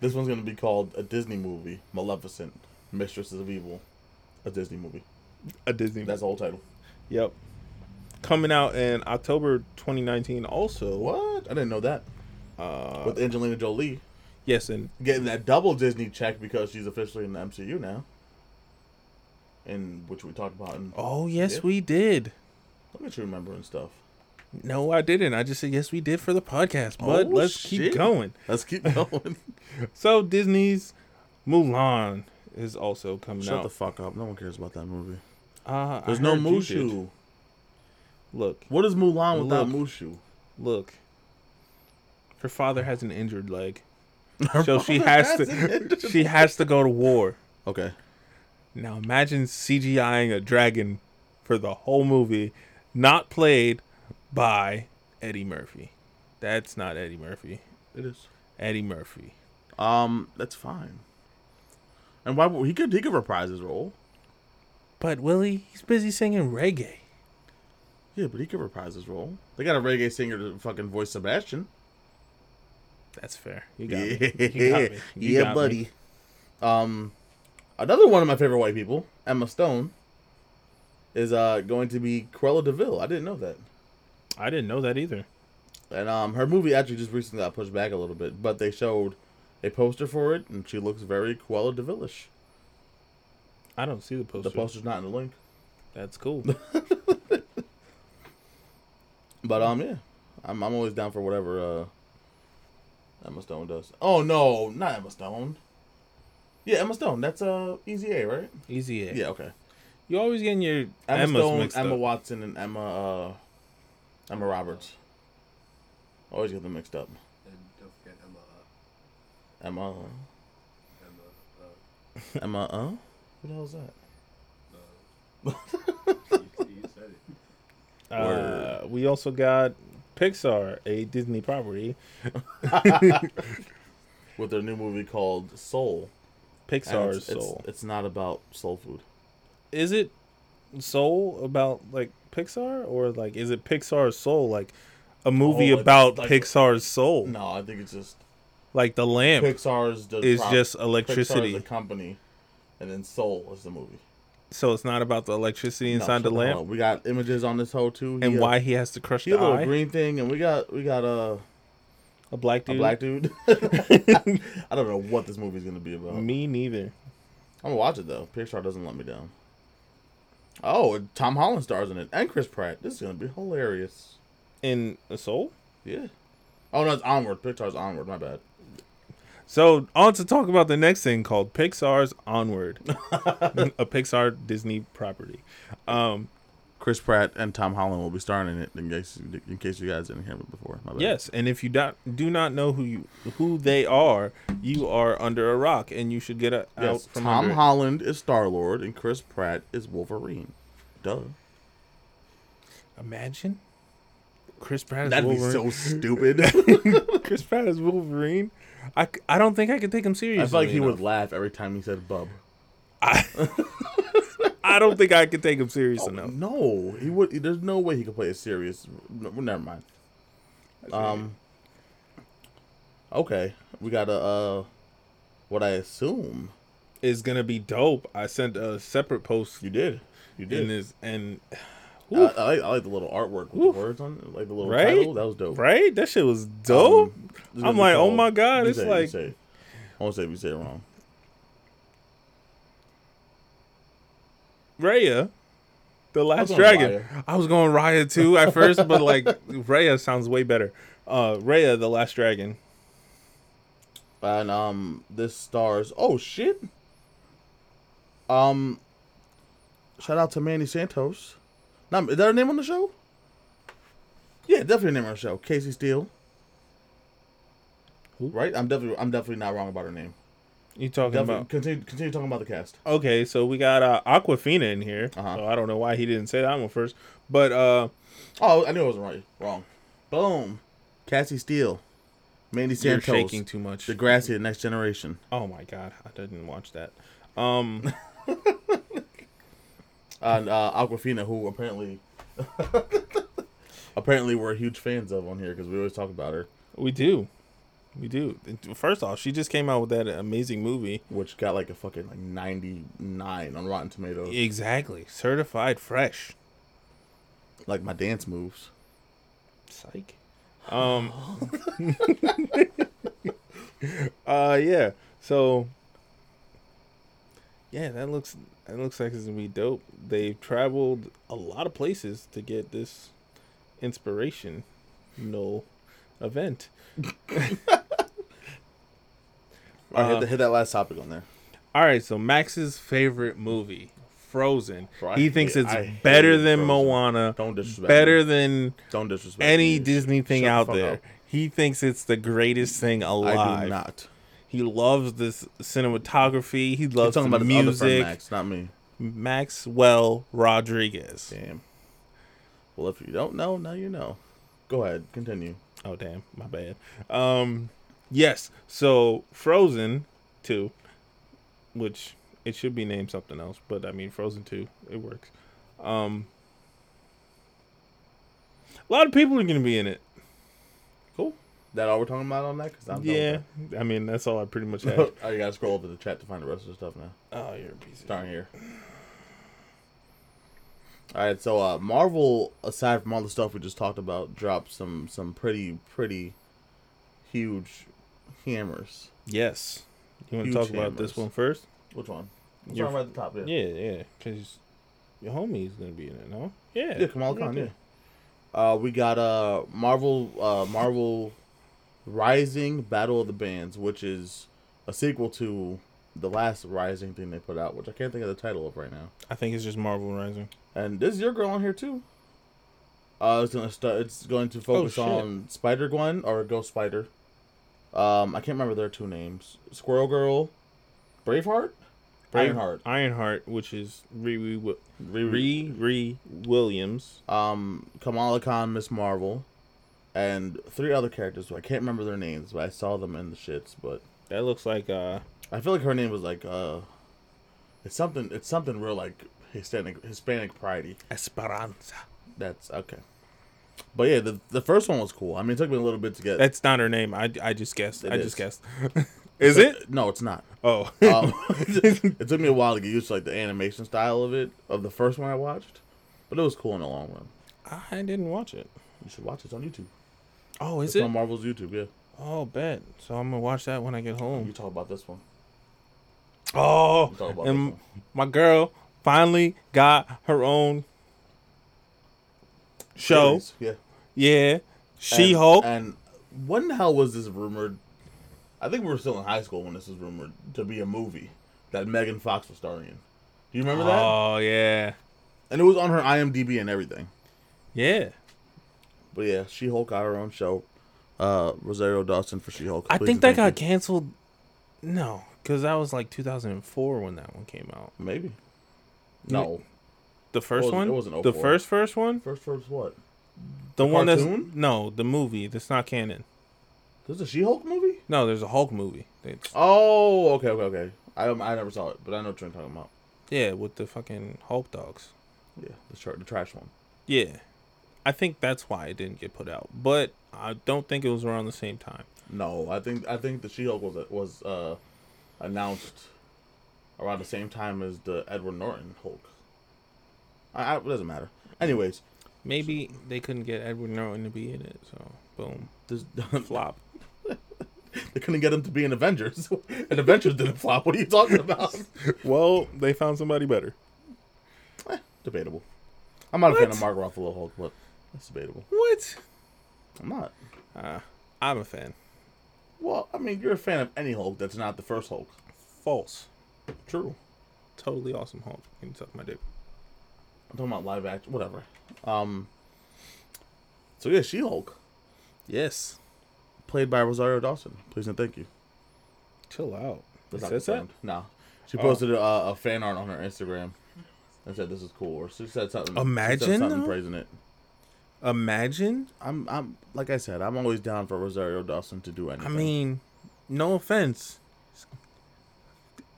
A: This one's gonna be called a Disney movie, Maleficent, Mistresses of Evil, a Disney movie.
B: A Disney movie.
A: That's the whole title.
B: Yep. Coming out in October 2019 also.
A: What? I didn't know that.
B: Uh,
A: With Angelina Jolie
B: yes, and
A: getting that double Disney check because she's officially in the MCU now, and which we talked about. And
B: oh yes,
A: Yeah.
B: we did.
A: look at you remembering stuff.
B: No, I didn't. I just said yes, we did for the podcast. But
A: Oh,
B: let's keep
A: shit.
B: going.
A: Let's keep going.
B: So Disney's Mulan is also coming
A: Shut the
B: out.
A: fuck up. No one cares about that movie.
B: uh, I
A: There's no
B: heard you did.
A: Mushu.
B: Look,
A: What is Mulan without
B: Look.
A: Mushu?
B: look. Her father has an injured leg, so she has to. She has to go to war.
A: Okay.
B: Now imagine CGIing a dragon for the whole movie, not played by Eddie Murphy. That's not Eddie Murphy.
A: It is.
B: Eddie Murphy.
A: Um, that's fine. And why would- he could he could reprise his role?
B: But Willie, he's busy singing reggae.
A: Yeah, but he could reprise his role. They got a reggae singer to fucking voice Sebastian.
B: That's fair. You got me. You got me. You
A: yeah,
B: got me.
A: buddy. Um, another one of my favorite white people, Emma Stone, is uh going to be Cruella Deville. I didn't know that.
B: I didn't know that either.
A: And um, her movie actually just recently got pushed back a little bit, but they showed a poster for it, and she looks very Cruella Deville-ish.
B: I don't see the poster.
A: The poster's not in the link,
B: That's cool.
A: but um, yeah, I'm I'm always down for whatever uh Emma Stone does. Oh no, not Emma Stone. Yeah, Emma Stone. That's uh Easy A, right?
B: Easy A.
A: Yeah, okay.
B: You always getting your
A: Emma
B: Emma's
A: Stone,
B: mixed
A: Emma
B: up.
A: Watson, and Emma uh, Emma Roberts. Always get them mixed up.
C: And don't forget Emma. uh,
A: Emma uh,
C: Emma. Uh,
A: Emma uh? Who the hell is that?
C: uh, you, you said it.
B: Uh, we also got Pixar, a Disney property.
A: With their new movie called Soul. And
B: Pixar's
A: it's, it's-
B: Soul.
A: It's, not about soul food.
B: is it soul about like pixar or like is it pixar's soul like a movie
A: Oh, it's
B: about
A: like-
B: pixar's soul
A: No, I think it's just
B: like the lamp
A: Pixar's the
B: is
A: prop-
B: just
A: Pixar's
B: electricity
A: the company, and then Soul is the movie.
B: so it's not about the electricity
A: No,
B: inside
A: shut
B: the lamp
A: hell up. We got images on this hoe too.
B: and
A: He a-
B: why he has to crush
A: He a
B: the
A: little
B: eye
A: green thing, and we got we got uh,
B: a black
A: a
B: dude
A: black dude. I don't know what this movie's gonna be about.
B: me neither
A: I'm gonna watch it though. Pixar doesn't let me down. Oh, and Tom Holland stars in it, and Chris Pratt. This is gonna be hilarious.
B: in a soul
A: Yeah. Oh no, it's Onward. Pixar's Onward. My bad.
B: so on to talk about the next thing called pixar's onward a pixar disney property um
A: Chris Pratt and Tom Holland will be starring in it. In case in case you guys didn't hear me before. My bad.
B: Yes, and if you do, do not know who you who they are, you are under a rock, and you should get a, out
A: Yes.
B: from
A: Tom
B: under it.
A: Holland is Star Lord, and Chris Pratt is Wolverine. Duh.
B: Imagine Chris Pratt as
A: That'd be
B: Wolverine.
A: so stupid.
B: Chris Pratt as Wolverine. I, c- I don't think I could take him seriously.
A: I feel like he would
B: enough.
A: laugh every time he said "bub."
B: I don't think I could take him serious enough.
A: No, he would. There's no way he could play a serious. No, never mind. Um. Okay, we got a uh, what I assume
B: is gonna be dope. I sent a separate post
A: you did. You
B: in
A: did.
B: this and
A: I,
B: Oof.
A: I, like, I like the little artwork with
B: Oof.
A: the words on it, like the little
B: Right?
A: title. That was dope.
B: right? That shit was dope.
A: Um, this is
B: I'm
A: gonna be
B: like, oh
A: called-
B: my God,
A: you
B: it's
A: said it, you
B: like-
A: said it. I won't say if you said it wrong.
B: Raya, the Last
A: going
B: Dragon.
A: Raya.
B: I was going Raya too at first, but like Raya sounds way better. Uh, Raya, the Last Dragon.
A: And um, this stars. Oh shit. Um, shout out to Manny Santos. Not, is that her name on the show? Yeah, definitely her name on the show. Casey Steele.
B: Who?
A: Right, I'm definitely I'm definitely not wrong about her name.
B: You talking
A: Definitely
B: about?
A: continue continue talking about the cast.
B: Okay, so we got uh, Aquafina in here.
A: Uh-huh.
B: So I don't know why he didn't say that one first, but uh,
A: Oh, I knew I was right. Wrong. Boom. Cassie Steele, Mandy
B: you're
A: Santos,
B: shaking too much.
A: Degrassi, The Next Generation.
B: Oh my god, I didn't watch that. Um,
A: and uh, Aquafina, who apparently apparently we're huge fans of on here because we always talk about her,
B: we do, we do. First off, she just came out with that amazing movie.
A: which got like a fucking like ninety nine on Rotten Tomatoes.
B: Exactly, certified fresh.
A: Like my dance moves.
B: Psych. Um. uh yeah. So. Yeah, that looks that looks like it's gonna be dope. They've traveled a lot of places to get this inspiration, no, event.
A: All right, hit,
B: Uh,
A: the, hit that last topic on there.
B: All right, so Max's favorite movie, Frozen.
A: Bro, I
B: he thinks
A: hate-
B: it's
A: I hate
B: better than
A: Frozen.
B: Moana,
A: Don't disrespect.
B: better
A: me.
B: than
A: Don't disrespect
B: any
A: me.
B: Disney thing
A: Shut the
B: out
A: fuck
B: there.
A: up.
B: He thinks it's the greatest thing alive.
A: I do not.
B: He loves this cinematography. He
A: You're
B: loves
A: talking
B: the
A: about his other friend
B: music.
A: Max, not me.
B: Maxwell Rodriguez.
A: Damn. Well, if you don't know, now you know. Go ahead, continue.
B: Oh damn, my bad. Um, yes. So Frozen two, which it should be named something else, but I mean Frozen two, it works. Um, a lot of people are gonna be in it.
A: Cool. That all we're talking about on that? Cause I'm done with
B: yeah, I mean that's all I pretty much
A: that.
B: had.
A: oh, you gotta scroll over the chat to find the rest of the stuff now.
B: oh, you're a piece of
A: Starting here. All right, so uh, Marvel, aside from all the stuff we just talked about, dropped some some pretty pretty huge hammers.
B: Yes. You want to
A: Huge
B: talk about this
A: hammers.
B: one first?
A: Which one? Which
B: Your-
A: one right at the top? Yeah,
B: Yeah, yeah. Because your homie's gonna be in it, no? Yeah.
A: yeah Kamala Khan. Yeah.
B: there.
A: Uh, we got uh Marvel uh Marvel Rising Battle of the Bands, which is a sequel to the last Rising thing they put out, which I can't think of the title of right now.
B: I think it's just Marvel Rising.
A: and this is your girl on here too. Uh, it's gonna start. It's going to focus
B: shit.
A: on Spider Gwen or Ghost Spider. Um, I can't remember their two names. Squirrel Girl, Braveheart, Braveheart,
B: Ironheart, which is Riri, Wi-
A: Riri.
B: Riri Williams.
A: um, Kamala Khan, Miss Marvel, and three other characters. who I can't remember their names, but I saw them in the shits. But
B: That looks like uh
A: I feel like her name was like uh, it's something. It's something real like Hispanic Hispanic pridey.
B: Esperanza.
A: That's okay. But yeah, the the first one was cool. I mean, it took me a little bit to get.
B: That's not her name. I, I just guessed.
A: It
B: I
A: is.
B: just guessed. is
A: But-
B: it?
A: No, it's not.
B: Oh.
A: Um, it took me a while to get used to like the animation style of it of the first one I watched, but it was cool in the long run.
B: I didn't watch it.
A: You should watch it. It's on YouTube.
B: Oh, is
A: it's
B: it?
A: on Marvel's YouTube. Yeah,
B: Oh, bet. So I'm gonna watch that when I get
A: you
B: home.
A: talk about this one.
B: Oh,
A: You talk about
B: and
A: this one.
B: my girl finally got her own show.
A: Series, yeah.
B: Yeah,
A: And-
B: She Hulk.
A: And when the hell was this rumored? I think we were still in high school when this was rumored to be a movie that Megan Fox was starring in. Do you remember that?
B: Oh yeah,
A: And it was on her IMDb and everything.
B: yeah.
A: But yeah, She Hulk got her own show. Uh, Rosario Dawson for She Hulk.
B: I think that got canceled. No, because that was like 2004 when that one came out.
A: maybe. No,
B: The first
A: wasn't-
B: one.
A: it wasn't
B: the
A: 04.
B: first first one.
A: First, first, what?
B: The, one
A: cartoon?
B: that's no the movie. That's not canon.
A: This is a She-Hulk movie?
B: No, there's a Hulk movie. It's,
A: Oh, okay, okay, okay. I um, I never saw it, but I know what you're talking about.
B: yeah, with the fucking Hulk dogs.
A: Yeah, the tr- the trash one.
B: Yeah, I think that's why it didn't get put out. But I don't think it was around the same time.
A: No, I think I think the She-Hulk was a, was uh, I announced around the same time as the Edward Norton Hulk. I, I, it doesn't matter. Anyways,
B: Maybe they couldn't get Edward Norton to be in it, so boom,
A: this,
B: flop.
A: they couldn't get him to be in Avengers, and Avengers didn't flop. What are you talking about?
B: well, they found somebody better.
A: Eh, debatable. I'm not a fan of
B: What?
A: Mark Ruffalo Hulk, but that's debatable.
B: What?
A: I'm not.
B: Uh, I'm a fan.
A: Well, I mean, you're a fan of any Hulk that's not the first Hulk.
B: False.
A: True.
B: Totally awesome Hulk. You can suck my dick.
A: I'm talking about live action, whatever. Um. So yeah, She Hulk,
B: Yes.
A: played by Rosario Dawson. Please and thank you.
B: Chill out.
A: That's
B: It
A: not
B: says
A: confirmed.
B: that?
A: No, she
B: Oh.
A: posted a, a fan art on her Instagram and said this is cool. Or she said something. she said
B: Imagine,
A: something
B: though.
A: praising it.
B: Imagine.
A: I'm I'm like I said, I'm always down for Rosario Dawson to do anything.
B: I mean, no offense.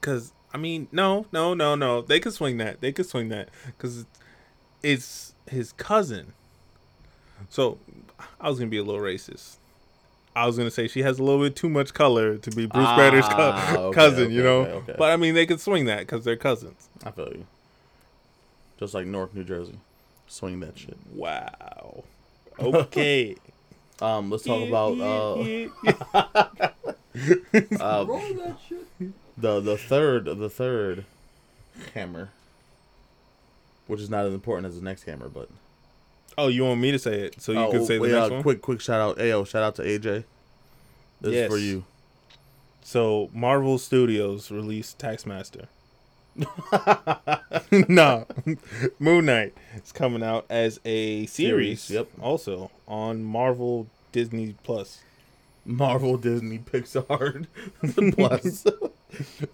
B: Cause I mean, no, no, no, no. They could swing that. They could swing that. Cause it's- it's his cousin. So I was gonna be a little racist. I was gonna say she has a little bit too much color to be Bruce
A: Ah,
B: Banner's co-
A: okay,
B: cousin, you
A: okay,
B: know.
A: okay, okay.
B: But I mean, they could swing that because they're cousins.
A: I feel you. Just like North New Jersey, swing that shit.
B: Wow. Okay.
A: Um, let's talk about uh uh
C: Roll that shit.
A: the the third the third hammer, which is not as important as the next hammer, but
B: oh, you want me to say it so you
A: Oh,
B: can say the
A: wait,
B: next
A: uh,
B: one?
A: Quick, quick shout out. Ayo, shout out to AJ. This is for
B: Yes.
A: you.
B: So Marvel Studios released Taxmaster. nah, Moon Knight is coming out as a series.
A: Series, yep.
B: Also on Marvel Disney Plus,
A: Marvel, Disney, Pixar, plus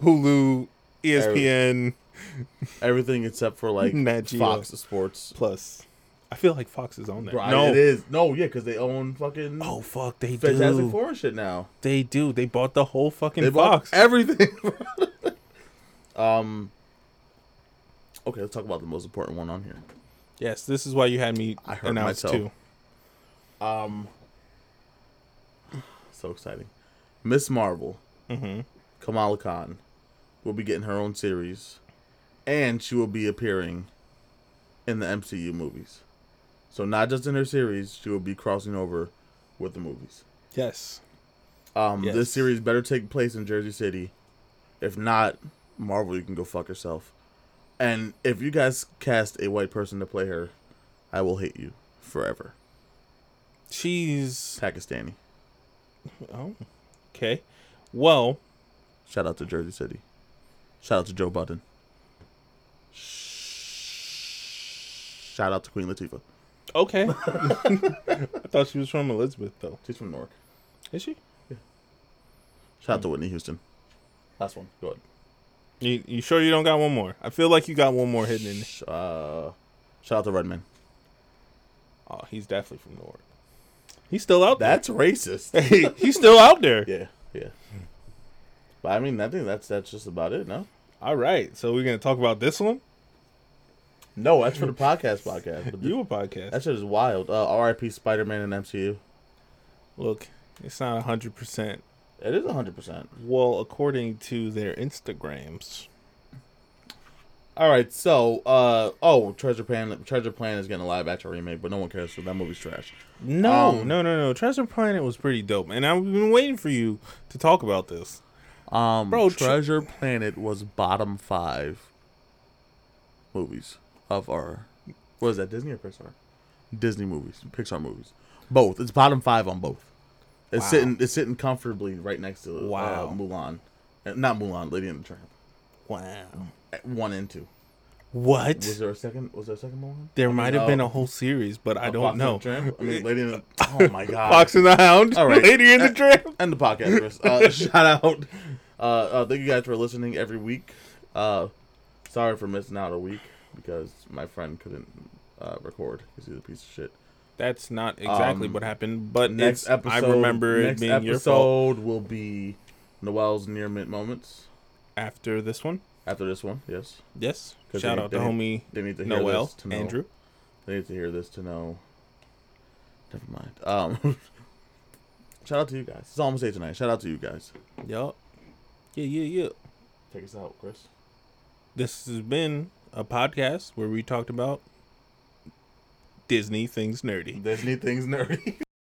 B: Hulu,
A: E
B: ESPN
A: everything except for like
B: Nat Geo.
A: Fox Sports.
B: Plus. I feel like Fox is on there.
A: Right,
B: no.
A: it is no, yeah, because they own fucking
B: Oh fuck, they
A: Fantastic
B: do.
A: Four and shit now.
B: They do. They bought the whole fucking
A: They
B: Fox.
A: bought everything. um. Okay, let's talk about the most important one on here.
B: yes, this is why you had me
A: I hurt
B: announce
A: myself.
B: too.
A: Um. So exciting, Miss Marvel.
B: Mm-hmm.
A: Kamala Khan will be getting her own series, and she will be appearing in the MCU movies. So not just in her series, she will be crossing over with the movies.
B: Yes.
A: Um,
B: Yes.
A: this series better take place in Jersey City. If not, Marvel, you can go fuck yourself. And if you guys cast a white person to play her, I will hate you forever.
B: She's
A: Pakistani.
B: oh. Okay. Well,
A: Shout out to Jersey City. Shout out to Joe Budden. Shout out to Queen Latifah.
B: Okay. I thought she was from Elizabeth, though.
A: She's from Newark.
B: Is she?
A: Shout out to Whitney Houston. Last one. Go ahead.
B: You, you sure you don't got one more? I feel like you got one more hidden in there.
A: Sh- Uh, shout out to Redman.
B: Oh, he's definitely from Newark. He's still out there.
A: That's racist.
B: Hey, he's still out there.
A: yeah, yeah. But I mean, I think that's that's just about it. No,
B: All right. So we're going to talk about this one?
A: no, that's for the podcast. Podcast. But
B: You a podcast.
A: that shit is wild. Uh, R.I.P. Spider Man and MCU.
B: Look, it's not 100%.
A: It is hundred percent.
B: Well, according to their Instagrams.
A: All right, so uh oh, Treasure Plan Treasure Plan is getting a live action remake, but no one cares. So that movie's trash.
B: No,
A: Um,
B: no, no, no. Treasure Planet was pretty dope. And I've been waiting for you to talk about this.
A: Um,
B: Bro,
A: Bro,
B: tr-
A: Treasure Planet was bottom five movies of our. What is that? Disney or Pixar? Disney movies, Pixar movies, both. It's bottom five on both. It's
B: Wow.
A: sitting. It's sitting comfortably right next to
B: Wow.
A: wow. uh, Mulan, Uh, not Mulan, Lady and the Tramp.
B: Wow.
A: At One and two.
B: What?
A: Was there a second? Was there a second Mulan? I
B: There
A: mean,
B: might have
A: uh,
B: been a whole series, but I
A: uh,
B: don't
A: Fox and the
B: know.
A: Tramp? I mean, Lady and the. Oh my God.
B: Fox and the Hound,
A: All right.
B: Lady in the Tramp.
A: and the podcast. Chris. Uh, shout out. Uh, uh, thank you guys for listening every week. Uh, sorry for missing out a week because my friend couldn't uh, record because he's a piece of shit.
B: That's not exactly
A: Um,
B: what happened, but
A: Next
B: it's,
A: episode,
B: I remember it
A: next
B: being
A: episode
B: your fault
A: will be Noel's near mint moments
B: after this one.
A: after this one. Yes,
B: Yes.
A: 'Cause
B: Shout
A: they-
B: out to
A: they-
B: homie
A: they need to hear
B: Noel,
A: this to know.
B: Andrew.
A: They need to hear this to know. Never mind. Um, shout out to you guys. That's all I'm gonna say tonight. Shout out to you guys.
B: Yup. Yeah, yeah, yeah.
A: Take us out, Chris.
B: This has been a podcast where we talked about Disney things nerdy.
A: Disney things nerdy.